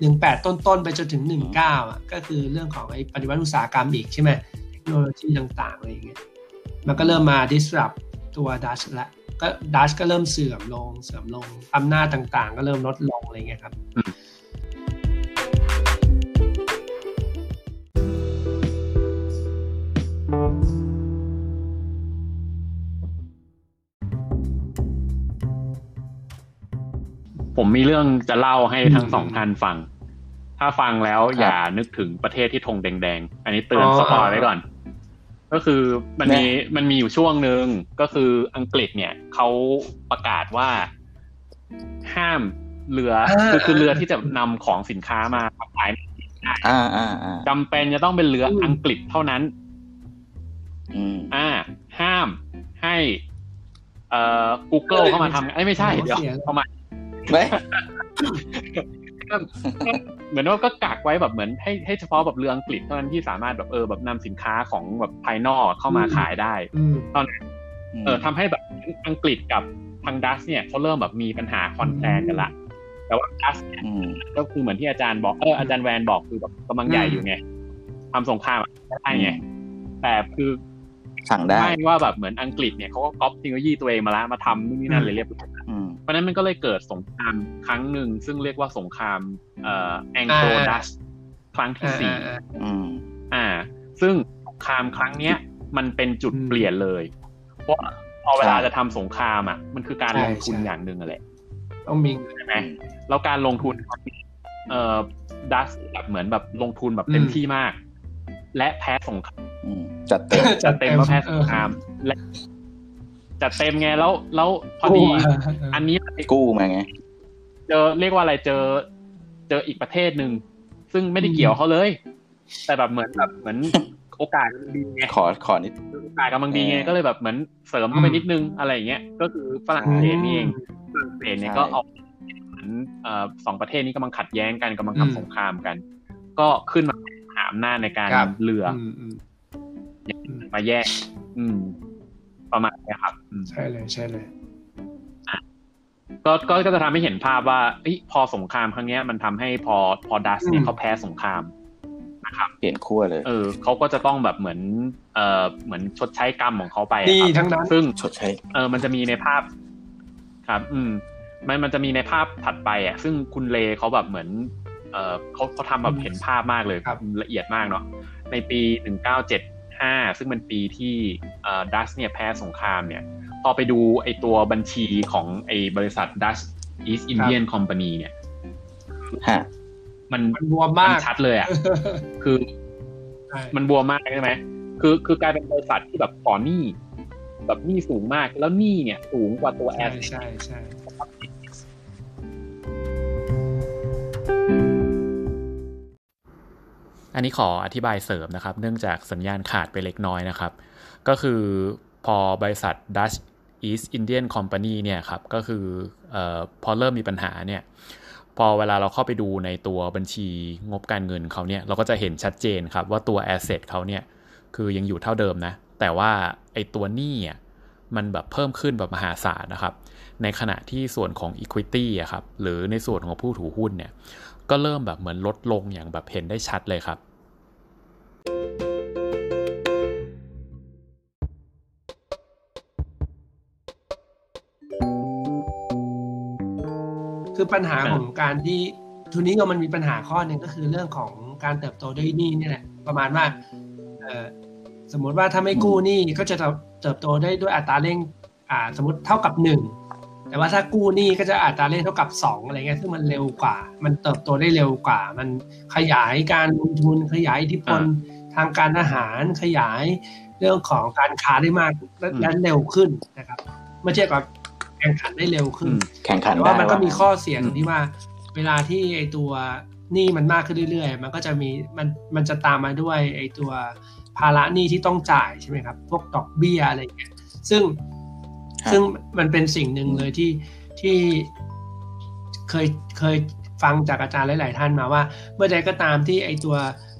S3: หนึ่งแปดต้นๆ ไปจนถึงหนึ่งเก้าอ่ะก็คือเรื่องของไอ้ปฏิวัติอุตสาหกรรมอีกใช่ไหมเทคโนโลยีต่างๆอะไรอย่างเงี้ยมันก็เริ่มมา disrupt ตัวดัชละก็ดัชก็เริ่มเสื่อมลงเสื่อมลงอำนาจต่างๆ ก็เริ่มลดลงอะไรอย่างเงี้ยครับ
S1: ผมมีเรื่องจะเล่าให้ทั้ง
S3: อืม
S1: สองท่านฟัง ถ้าฟังแล้ว
S2: ครับ
S1: อย่านึกถึงประเทศที่ธงแดงๆ อันนี้เตือน
S3: อ๋อ
S1: สปอยไว้ก่อน ก็คือมันมีมันมีอยู่ช่วงหนึ่งก็คืออังกฤษเนี่ยเขาประกาศว่า ห้ามเรือ
S3: อ่า
S1: คือคือเรือที่จะนำของสินค้ามาขาย
S2: อ่าอ่าอ่า
S1: จำเป็นจะต้องเป็นเรืออังกฤษเท่านั้น
S2: อืม
S1: อ่า ห้ามให้เอ่อ Google เข้ามาทำไอ้ยไม่ใช่เดี๋ยว
S3: เสีย
S1: เข้ามา
S2: ไม่
S1: เหมือนว่าก็กักไว้แบบเหมือนให้ให้เฉพาะแบบเรืออังกฤษเท่านั้นที่สามารถแบบเออแบบนำสินค้าของแบบภายนอกเข้ามาขายได้
S3: อืม
S1: เออทำให้แบบอังกฤษกับทางดัชเนี่ยเขาเริ่มแบบมีปัญหาคอนแทนกันละ แต่ว่าดัชเนี่ย
S2: อืม
S1: ก็คือเหมือนที่อาจารย์บอกเอออาจารย์แวนบอกคือแบบกำลังใหญ่อยู่ไงทำสงครามไม่ได้ไงแต่คือ
S2: สั่งได้
S1: ไม่ว่าแบบเหมือนอังกฤษเนี่ยเขาก็ก๊อปเทคโนโลยีตัวเองมาละมาทำนู่นนี่นั่นเลยเรียบร้อย
S2: อืม
S1: เพราะฉะนั้นมันก็เลยเกิดสงครามครั้งหนึ่ง ซึ่งเรียกว่าสงครามเอ่อแองโกล
S3: อ่า
S1: ดัชครั้งที่
S3: อ่า
S1: สี่
S3: อ่า
S2: อืม
S1: อ่า ซึ่งสงครามครั้งเนี้ย มันเป็นจุด
S3: อืม
S1: เปลี่ยนเลย เพราะพอเวลา
S2: ใช่
S1: จะทำสงครามอ่ะมันคือการ
S3: ใช่
S1: ลงทุน
S3: ใช่
S1: อย่างหนึ่งอะแหละ
S3: ต้องมี
S1: ใช่ไหมแล้วการลงทุนครั้งนี้เอ่อดัชแบบเหมือนแบบลงทุนแบบเต็ม
S3: อืม
S1: ที่มาก และแพ้สงคราม
S2: อืมจัดเต็ม
S1: จัดเต็มว่าแพ้สงคราม และจัดเต็มไงแล้วแล้วพอดี
S3: โ
S1: อันนี้
S2: กู้มาไง
S1: เจอเรียกว่าอะไรเจอเจออีกประเทศหนึ่งซึ่งไม่ได้เกี่ยวเขาเลย แต่แบบเหมือนแบบเหมือน โอกาสมันดีไง
S2: ขอขอนิด
S1: โอกาสกำลังดีไง
S2: เออ
S1: ก็เลยแบบเหมือนเสริมเข้าไปนิดนึงอะไรอย่างเงี้ยก็คือฝรั่งเศสนี่เองฝรั่งเศสเนี่ย
S2: ใช่
S1: ก็เอาเหมือนเอ่อสองประเทศนี้กำลังขัดแย้งกันกำลัง
S3: อืม
S1: ทำสงครามกัน ก็ขึ้นมาหามหน้าจในการ
S3: ครับ
S1: เรือ
S3: อืมอืม ม
S1: มาแยก อืม ประมาณเนี้ยครับอืม
S3: ใช่เลยใช่เลย
S1: ก็ก็ก็จะทำให้เห็นภาพว่าเอ้ยพอสงครามครั้งเนี้ยมันทำให้พอพอดัสเนี่ย
S3: อืม
S1: เขาแพ้สงครามนะครับ
S2: เปลี่ยนขั้วเลย
S1: เออเขาก็จะต้องแบบเหมือนเออเหมือนชดใช้กรรมของเขาไปอะ
S3: นี่
S1: ครับ
S3: ทั้งนั้น
S1: ซึ่ง
S2: ชดใช้
S1: เออมันจะมีในภาพ ครับ อืม มันมันจะมีในภาพถัดไปอ่ะ ซึ่งคุณเลเขาแบบเหมือน เออเขาเขาทำแบบเห็นภาพมากเลย
S3: ครับ
S1: ละเอียดมากเนาะในปีหนึ่งเก้าเจ็ดห้าซึ่งเป็นปีที่เอ่อดัชเนี่ยแพ้สงครามเนี่ย พอไปดูไอตัวบัญชีของไอบริษัท Dutch East Indian Company เนี่ย
S2: ฮะ
S1: มัน
S3: มันบวม
S1: มั
S3: มาน ก
S1: ชัดเลยอ่ะ คือ
S3: ใช่
S1: มันบวมมากใช่ไหม คือคือกลายเป็นบริษัทที่แบบขอหนี้แบบหนี้สูงมาก แล้วหนี้เนี่ยสูงกว่าตัวแอส
S3: ใช่ใช่ใช่
S1: อันนี้ขออธิบายเสริมนะครับ เนื่องจากสัญญาณขาดไปเล็กน้อยนะครับ ก็คือพอบริษัท Dutch East Indian Company เนี่ยครับ ก็คือเออพอเริ่มมีปัญหาเนี่ย พอเวลาเราเข้าไปดูในตัวบัญชีงบการเงินเขาเนี่ย เราก็จะเห็นชัดเจนครับว่าตัว Asset เขาเนี่ย คือยังอยู่เท่าเดิมนะ แต่ว่าไอ้ตัวหนี้อ่ะมันแบบเพิ่มขึ้นแบบมหาศาลนะครับ ในขณะที่ส่วนของ Equity อะครับ หรือในส่วนของผู้ถือหุ้นเนี่ย ก็เริ่มแบบเหมือนลดลงอย่างแบบเห็นได้ชัดเลยครับ
S3: คือปัญหาของการที่ทุนนิยมมันมีปัญหาข้อหนึ่งก็คือเรื่องของการเติบโตด้วยหนี้เนี่ยแหละประมาณว่าเอ่อสมมติว่าถ้าไม่กู้หนี้ก็จะเติบโตได้ด้วยอัตราเร่งอ่าสมมติเท่ากับหนึ่งแต่ว่าถ้ากู้หนี้ก็จะอัตราเร่งเท่ากับสองอะไรเงี้ยซึ่งมันเร็วกว่า มันเติบโตได้เร็วกว่า มันขยายการลงทุนขยายอิทธิพล
S1: อ่า
S3: ทางการอาหารขยายเรื่องของการค้าได้มากและและเร็วขึ้นนะครับเมื่อเทียบกับแข่งขันได้เร็วขึ้น
S2: แข่งขัน
S3: แต่
S2: ได้
S3: ว่ามันก็มีข้อเสีย
S1: อืม
S3: ตรงที่ว่าเวลาที่ไอตัวหนี้มันมากขึ้นเรื่อยๆ มันก็จะมีมันมันจะตามมาด้วยไอตัวภาระหนี้ที่ต้องจ่ายใช่ไหมครับ พวกดอกเบี้ยอะไรอย่างเงี้ยซึ่งซึ่งมันเป็นสิ่งหนึ่งเลยที่ที่เคยเคยฟังจากอาจารย์หลาย ๆ ท่านมาว่า เมื่อใดก็ตามที่ไอตัว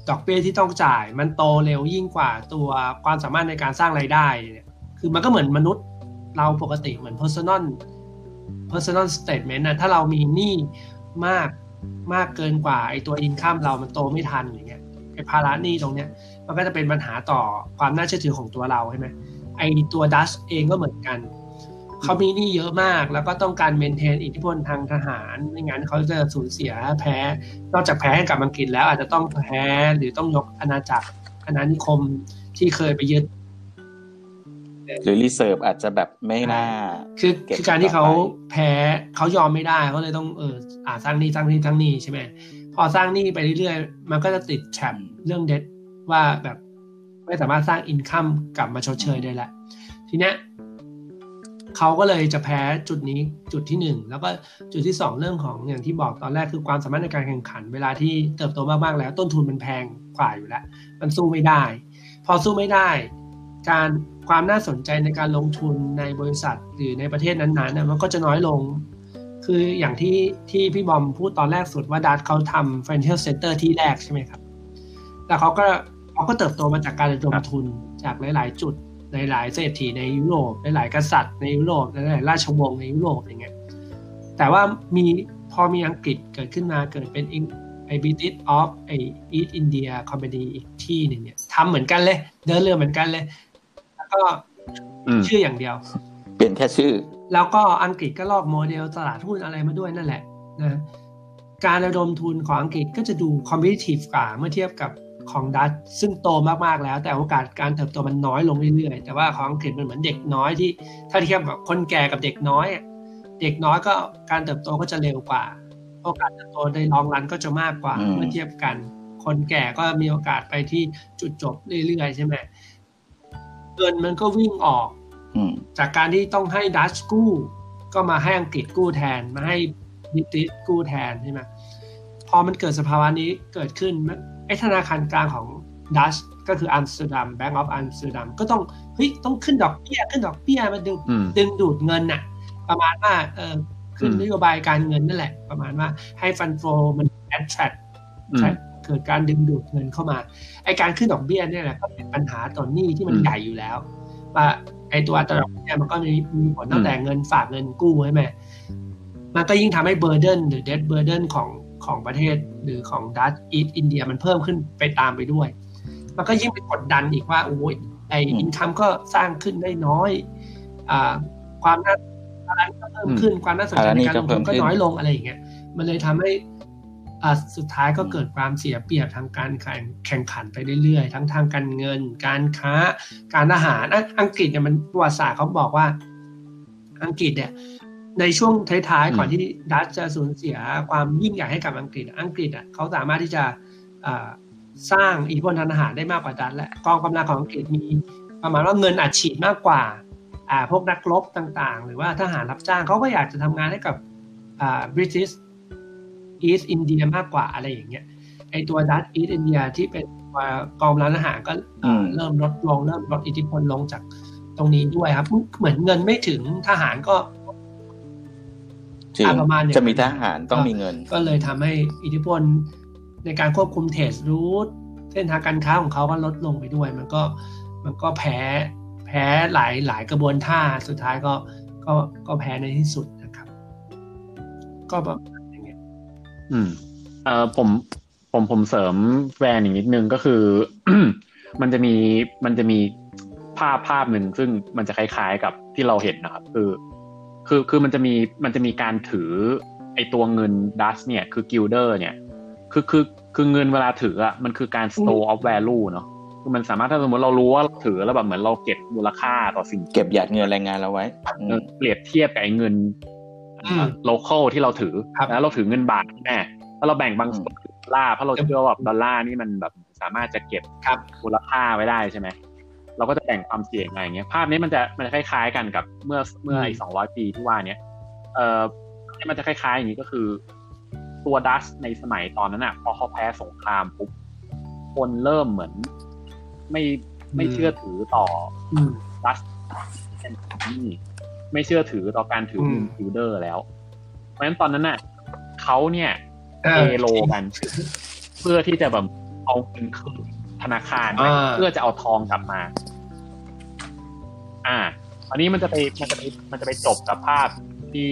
S3: ดอกเบี้ยที่ต้องจ่าย มันโตเร็วยิ่งกว่าตัวความสามารถในการสร้างรายได้เนี่ย คือมันก็เหมือนมนุษย์เราปกติเหมือน personal personal statement นะถ้าเรามีหนี้มากมากเกินกว่าไอตัว income เรามันโตไม่ทันอย่างเงี้ยไอภาระหนี้ตรงเนี้ย มันก็จะเป็นปัญหาต่อความน่าเชื่อถือของตัวเราใช่ไหมไอตัวดัชเองก็เหมือนกัน เขามีหนี้เยอะมากแล้วก็ต้องการเมนเทนอิทธิพลทางทหาร ไม่งั้นเขาจะสูญเสียแพ้ นอกจากแพ้ให้กับอังกฤษแล้วอาจจะต้องแพ้หรือต้องยกอาณาจักรอาณานิคมที่เคยไปยึด
S2: หรือรีเซิร์ฟอาจจะแบบไม่น่า
S3: คือ
S2: เก็บ
S3: คือการที่เขา
S2: ต่อไป
S3: แพ้เขายอมไม่ได้เขาเลยต้องเอออ่าสร้างหนี้สร้างหนี้สร้างหนี้ใช่ไหมพอสร้างหนี้ไปเรื่อยๆ มันก็จะติดแฉบเรื่องเดดว่าแบบไม่สามารถสร้างอินคัมกลับมาชดเชยได้ละ ทีเนี้ย เขาก็เลยจะแพ้จุดนี้จุดที่หนึ่งแล้วก็จุดที่สองเรื่องของอย่างที่บอกตอนแรกคือความสามารถในการแข่งขัน เวลาที่เติบโตมากๆแล้ว ต้นทุนมันแพงกว่าอยู่แล้ว มันสู้ไม่ได้ พอสู้ไม่ได้ การความน่าสนใจในการลงทุนในบริษัทหรือในประเทศนั้นๆน่ะมันก็จะน้อยลง คืออย่างที่ที่พี่บอมพูดตอนแรกสุดว่าดัตเขาทำ financial center ที่แรกใช่ไหมครับ แล้วเขาก็เขาก็เติบโตมาจากการระดมทุนจากหลาย ๆ จุดในหลายเศรษฐีในยุโรปในหลายกษัตริย์ในยุโรปในหลายราชวงศ์ในยุโรปอย่างเงี้ยแต่ว่ามีพอมีอังกฤษเกิดขึ้นมาเกิดเป็นไอบิติสออฟไออีสอินเดียคอมพานีอีกที่หนึ่งเนี่ยทำเหมือนกันเลย เดินเรือเหมือนกันเลย แล้วก็
S1: อืม
S3: ชื่ออย่างเดียว
S2: เปลี่ยนแค่ชื่อ
S3: แล้วก็อังกฤษก็ลอกโมเดลตลาดหุ้นอะไรมาด้วยนั่นแหละนะการระดมทุนของอังกฤษก็จะดูคอม i t ทีฟกว่าเมื่อเทียบกับของดัตช์ซึ่งโตมาก ๆ แล้ว แต่โอกาสการเติบโตมันน้อยลงเรื่อย ๆ แต่ว่าของอังกฤษมันเหมือนเด็กน้อยที่ถ้าเทียบกับคนแก่กับเด็กน้อยอะเด็กน้อยก็การเติบโตก็จะเร็วกว่า โอกาสเติบโตในลองรันก็จะมากกว่า
S2: อืม
S3: เมื่อเทียบกัน คนแก่ก็มีโอกาสไปที่จุดจบเรื่อยๆใช่ไหมเงินมันก็วิ่งออก
S2: อืม
S3: จากการที่ต้องให้ดัชกู้ ก็มาให้อังกฤษกู้แทน มาให้บริติชกู้แทนใช่ไหมพอมันเกิดสภาวะนี้เกิดขึ้นไอ้ธนาคารกลางของดัชก็คืออัมสเตอร์ดัมแบงก์ออฟอัมสเตอร์ดัมก็ต้องเฮ้ยต้องขึ้นดอกเบี้ยขึ้นดอกเบี้ยมาดึง
S1: อืม
S3: ดึงดูดเงินน่ะ ประมาณว่าเออขึ้น
S1: อืม
S3: นโยบายการเงินนั่นแหละ ประมาณว่าให้ฟันโฟมัน attract
S1: อืม
S3: attract เกิดการดึงดูดเงินเข้ามาไอการขึ้นดอกเบี้ยเนี่ยแหละก็เป็นปัญหาต่อหนี้ที่มัน
S1: อืม
S3: ใหญ่อยู่แล้วว่าไอตัวอัตราดอกเบี้ยมันก็มีมีผลตั้
S1: อื
S3: ง
S1: ม
S3: แต่เงินฝากเงินกู้ใช่ไหมมันก็ยิ่งทำให้เบอร์เดนหรือเด b เบอร์เดนของของประเทศหรือของดัตอีอินเดียมันเพิ่มขึ้นไปตามไปด้วย มันก็ยิ่งไปกดดันอีกว่าโอ้ยไอ
S2: อืม
S3: อินคัมก็สร้างขึ้นได้น้อย อ่าความน่าอะไรก็เพิ่มขึ้นความน่าสนใจในการลงทุนก็น้อยลงอะไรอย่างเงี้ยมันเลยทำให้อ่าสุดท้ายก็เกิดความเสียเปรียบทางการแข่งแข่งขันไปเรื่อยๆ ทั้งทางการเงิน การค้า การอาหารอ่ะอังกฤษเนี่ยมันประวัติศาสตร์เขาบอกว่า อังกฤษเนี่ย ในช่วงท้าย
S1: อืม
S3: ๆก่อนที่ดัตช์จะสูญเสียความยิ่งใหญ่ให้กับอังกฤษ อังกฤษอ่ะเขาสามารถที่จะอ่าสร้างอิทธิพลทางทหารได้มากกว่าดัตช์และกองกำลังของอังกฤษมี ประมาณว่าเงินอัดฉีดมากกว่าอ่า พวกนักรบต่างๆ หรือว่าทหารรับจ้างเขาก็อยากจะทำงานให้กับอ่า British East India มากกว่าอะไรอย่างเงี้ยไอตัว Dutch East India ที่เป็นตัวกองร้านอาหารก็เอ่ออ
S2: ม
S3: เริ่มลดลงเริ่มลดอิทธิพลลงจากตรงนี้ด้วยครับ เหมือนเงินไม่ถึงทหารก็
S2: จริง
S3: อ่ะประมาณอย่างนั้น
S2: จะมีทหารต้องมีเงิน
S3: ก็เลยทำให้อิทธิพลในการควบคุมเทสรูทเส้นทางการค้าของเขาก็ลดลงไปด้วย มันก็มันก็แพ้แพ้หลายหลายกระบวนท่าสุดท้ายก็ก็ก็แพ้ในที่สุดนะครับ ก็ประมาณอย่างเงี้ย
S1: อืมเอ่อผมผมผมเสริมแฟนอีกนิดนึงก็คือ มันจะมีมันจะมีภาพภาพหนึ่งซึ่งมันจะคล้ายๆกับที่เราเห็นนะครับ คือ คือคือมันจะมีมันจะมีการถือไอตัวเงินดัสเนี่ยคือกิลเดอร์เนี่ยคือคือคือเงินเวลาถืออ่ะมันคือการ store of value เนาะคือมันสามารถถ้าสมมติเรารู้ว่าเราถือแล้วแบบเหมือนเราเก็บมูลค่าต่อสิ่ง
S2: เก็บหยาดเงินแรงงานเราไว้อืม
S1: เออเปรียบเทียบกับไอ้เงิน
S3: อืม
S1: โลเคอลที่เราถือ
S3: ครับ
S1: แล้วเราถือเงินบาทแน่ถ้าเราแบ่งบาง
S2: อื
S1: ส่
S2: ม
S1: วนเป็นดอลลาร์เพราะเราเชื่อว่าดอลลาร์นี่มันแบบสามารถจะเก็บ
S3: ครับ
S1: มูลค่าไว้ได้ใช่ไหมเราก็จะแบ่งความเสี่ยงอะไรอย่างเงี้ยภาพนี้มันจะมันจะคล้ายๆกันกับเมื่อเมื่อไอ้สองร้อยปีที่ว่าเนี้ยเออมันจะคล้ายๆอย่างนี้ก็คือ ตัวดัชในสมัยตอนนั้นอ่ะพอเขาแพ้สงครามปุ๊บคนเริ่มเหมือน ไม่ไม่เชื่อถือต่อ
S3: อืม
S1: รัสเป็นนี่ไม่เชื่อถือต่อการถือ
S3: ม
S1: ฟิลเดอร์แล้ว เพราะฉะนั้นตอนนั้นน่ะเขาเนี่ย
S3: เอ
S1: เอ
S3: อ
S1: โลกัน เพื่อที่จะแบบเอาเงินคืนธนาคาร
S3: อ่า
S1: เพื่อจะเอาทองกลับมา อ่า อันนี้มันจะไปมันจะไปมันจะไปจบกับภาพที่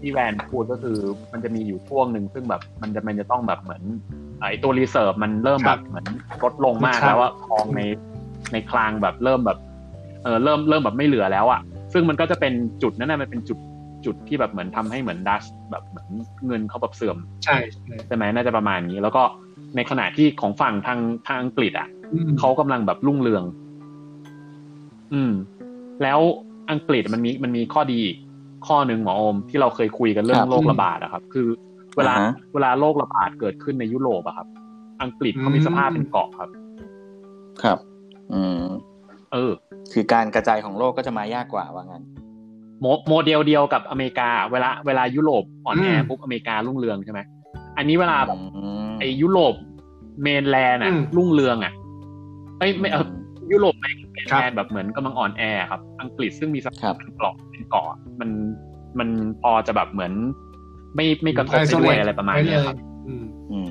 S1: ที่แวนพูดก็คือ มันจะมีอยู่ช่วงหนึ่งซึ่งแบบ มันจะมันจะต้องแบบเหมือนไอตัวรีเซิร์ฟมันเริ่มแบบเหมือนลดลงมาก
S3: ครับ
S1: แล้วว่าทองในในคลังแบบเริ่มแบบ เออเริ่มเริ่มแบบไม่เหลือแล้วอะ่ะ ซึ่งมันก็จะเป็นจุดนั้นนะมันเป็นจุดจุดที่แบบเหมือนทำให้เหมือนดัชแบบเหมือนเงินเขาแบบเสื่อม
S3: ใช่ใช่
S1: ใช่ไหมน่าจะประมาณนี้ แล้วก็ในขณะที่ของฝั่งทางทางอังกฤษอ่ะ
S3: อืม
S1: เขากำลังแบบรุ่งเรือง อืม แล้วอังกฤษมันมีมันมีข้อดีอีกข้อหนึ่งหมอโอมที่เราเคยคุยกันเรื่อ
S2: ครั
S1: ง
S2: บ
S1: โรคระบาดอะครับ คือ เวลา
S2: อ่าฮะ
S1: เวลาโรคระบาดเกิดขึ้นในยุโรปอะครับ อังกฤษเขามีสภาพเป็นเกาะครับ
S2: ครับ อืม
S1: เออ
S2: คือการกระจายของโลกก็จะมายากกว่าว่างั้น
S1: โมโมเดลเดียวกับอเมริกา เวลาเวลายุโรปอ่อนแอ
S3: อืม
S1: ปุ๊บอเมริการุ่งเรืองใช่ไหมอันนี้เวลาแบบ
S2: อืม
S1: ไอยุโรปเมนแลนด์อ่ะ
S3: อืม
S1: รุ่งเรืองอ่ะเอ้ยไม่เออยุโรปเมน
S3: ครั
S1: แล
S3: บ
S1: นด์แบบเหมือนกำลังอ่อนแอครับ อังกฤษซึ่งมีส
S2: ครับ
S1: ภาพเกาะเป็นเกาะมันมันพอจะแบบเหมือน ไม่ไม่กระทบไปด้วย
S3: Isolate
S1: อะไรประมาณ
S3: ว้
S1: เนี้
S3: เลย ย
S1: ครับ
S3: อืม
S2: อืม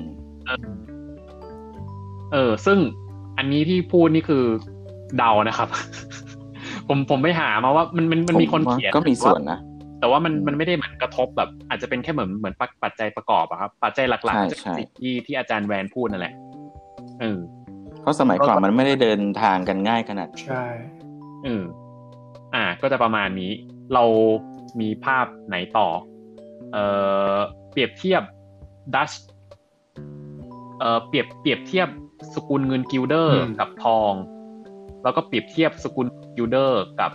S1: เออ ซึ่งอันนี้ที่พูดนี่คือเดานะครับ ผมผมไปหามาว่ามันมันมันมีคนเขียน
S2: ก็มีส่วนนะ
S1: แต่ว่ามันมันไม่ได้เหมือนกระทบแบบ อาจจะเป็นแค่เหมือนเหมือนปัจปัจจัยประกอบอะครับ ปัจจัยหลัก
S2: ใช่
S1: ๆจะเป็น
S2: ใช่
S1: สิ่งที่ที่อาจารย์แวนพูดนั่นแหละเออ
S2: เพราะสมัยก่อนมันไม่ได้เดินทางกันง่ายขนาดนี้
S3: ใช่
S1: เอออ่า ก็จะประมาณนี้ เรามีภาพไหนต่อ เออเปรียบเทียบดัชเออเปรียบเปรียบเทียบสกุลเงินกิลเดอร์กับทอง แล้วก็เปรียบเทียบสกุลกิลเดอร์กับ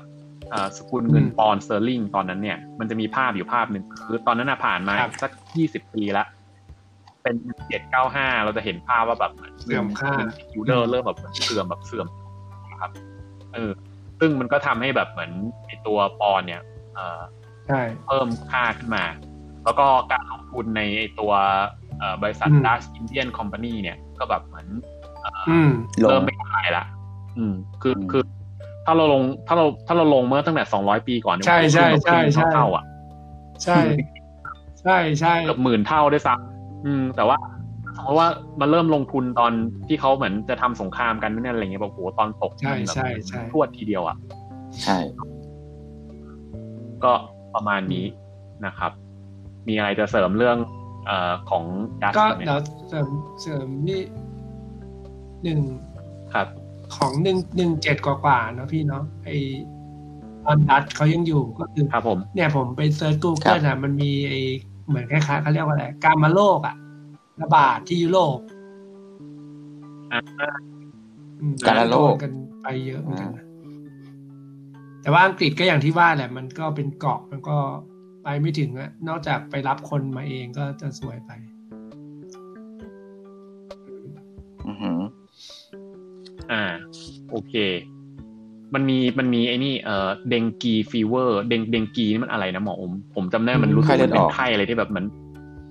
S1: เอ่อสกุลเงินปอนด์สเตอร์ลิงตอนนั้นเนี่ย มันจะมีภาพอยู่ภาพหนึ่งคือตอนนั้นน่ะผ่านมาสักยี่สิบปีละ เป็นเจ็ดเก้าห้าเราจะเห็นภาพว่าแบบ
S3: เสื่อมค่า
S1: เงินกิลเดอร์เริ่มแบบเสื่อมแบบเสื่อมนะครับเออซึ่งมันก็ทำให้แบบเหมือนไอตัวปอนด์เนี่ยเอ่อ
S3: ใช่
S1: เพิ่มค่าขึ้นมา แล้วก็การลงทุนในไอ้ตัวเอ่อบริษัท
S3: อืม
S1: ดัชอินเดียนคอมพานีเนี่ย ก็แบบเหมือนเอ่ออ
S3: อืม
S2: ลง
S1: เริ่มไม่ได้ละอืม คือ
S2: อืม
S1: คือ ถ้าเราลงถ้าเราถ้าเราลงเมื่อตั้งแต่สองร้อยปีก่อนเนี่ย
S3: ใช่ใช่ใช่ใช่
S1: เท่าเท่าๆอ่ะ
S3: ใช่ ใช่ใช่
S1: เกือบหมื่นเท่าด้วยซ้ำอืม แต่ว่าเพราะว่ามันเริ่มลงทุนตอนที่เขาเหมือนจะทำสงครามกันนั่นอะไรเงี้ยแบบโหตอนตก
S3: ใช่
S1: มันแบบ
S3: ใช่ใช่
S1: พรวดทีเดียวอ่ะ
S2: ใช่
S1: ก็ประมาณนี้นะครับ มีอะไรจะเสริมเรื่องเอ่อของดัช
S3: ก็
S1: ไหม
S3: เดี๋ยวเสริมเสริมนี่หนึ่ง
S1: ครับ
S3: ของหนึ่งหนึ่งเจ็ดกว่ากว่าๆเนาะพี่เนาะไอตอนดัตเขายังอยู่ก็คือ
S1: ครับผม
S3: เนี่ยผมไปเซิร์ชกู
S2: ครั
S3: เกิ
S2: บ
S3: ลอ่ะมันมีไอเหมือนคล้ายๆเขาเรียกว่าอะไรการมาโรคอ่ะ ระบาดที่ยุโรป
S1: อ่า
S3: อืม
S2: การละโรค
S3: กันไปเยอะเหมือนกันนะแต่ว่าอังกฤษก็อย่างที่ว่าแหละ มันก็เป็นเกาะมันก็ไปไม่ถึงอะนอกจากไปรับคนมาเองก็จะสวยไป
S2: อือหือ
S1: อ่า โอเค มันมีมันมีไอ้นี่เอ่อเดงกีฟีเวอร์เดงเดงกีนี่มันอะไรนะหมออม ผมจำได้มันรู้สึก
S2: ไข้เลื
S1: มั
S2: อด
S1: นเป็
S2: อน อก
S1: ไข้อะไรที่แบบเหมัน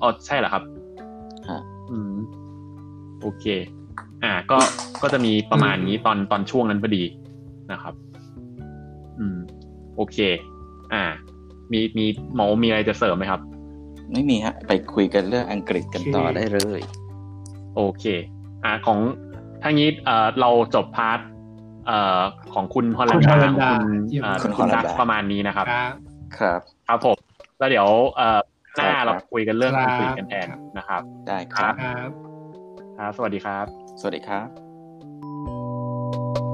S1: อ๋อใช่เหรอครับ
S2: ฮะ
S1: อืม โอเค อ่า ก็ก็จะมีประมาณนี้ตอนตอนช่วงนั้นพอดีนะครับ อืม โอเค อ่า มีมีหมออมมีอะไรจะเสริมไหมครับ
S2: ไม่มีฮะ ไปคุยกันเรื่องอังกฤษกันต่อ
S3: โอเค
S2: ได้เลย
S1: โอเค อ่าของทางนี้เอ่อเราจบพาร์ทเอ่อของคุณฮอลแลนดา
S3: คุณฮอ
S1: ขอ
S3: ลแลน
S1: ง
S3: ดา
S1: คุณ
S3: เยี่ยม
S1: เอ่อ
S2: คุณ
S1: คุณ
S2: ฮอลแล
S1: ดั
S2: น
S1: ก
S2: ดา
S1: ประมาณนี้นะครับ
S3: ครับ
S2: ครับ
S1: ครับผม แล้วเดี๋ยวเอ่อหน้า
S2: ครับ
S1: เราคุยกันเรื่อง
S3: ครับ
S1: อังกฤษกันแทนนะครับ
S2: ได้ครับ
S3: ครับ
S1: ครับ สวัสดีครับ
S2: สวัสดีครับ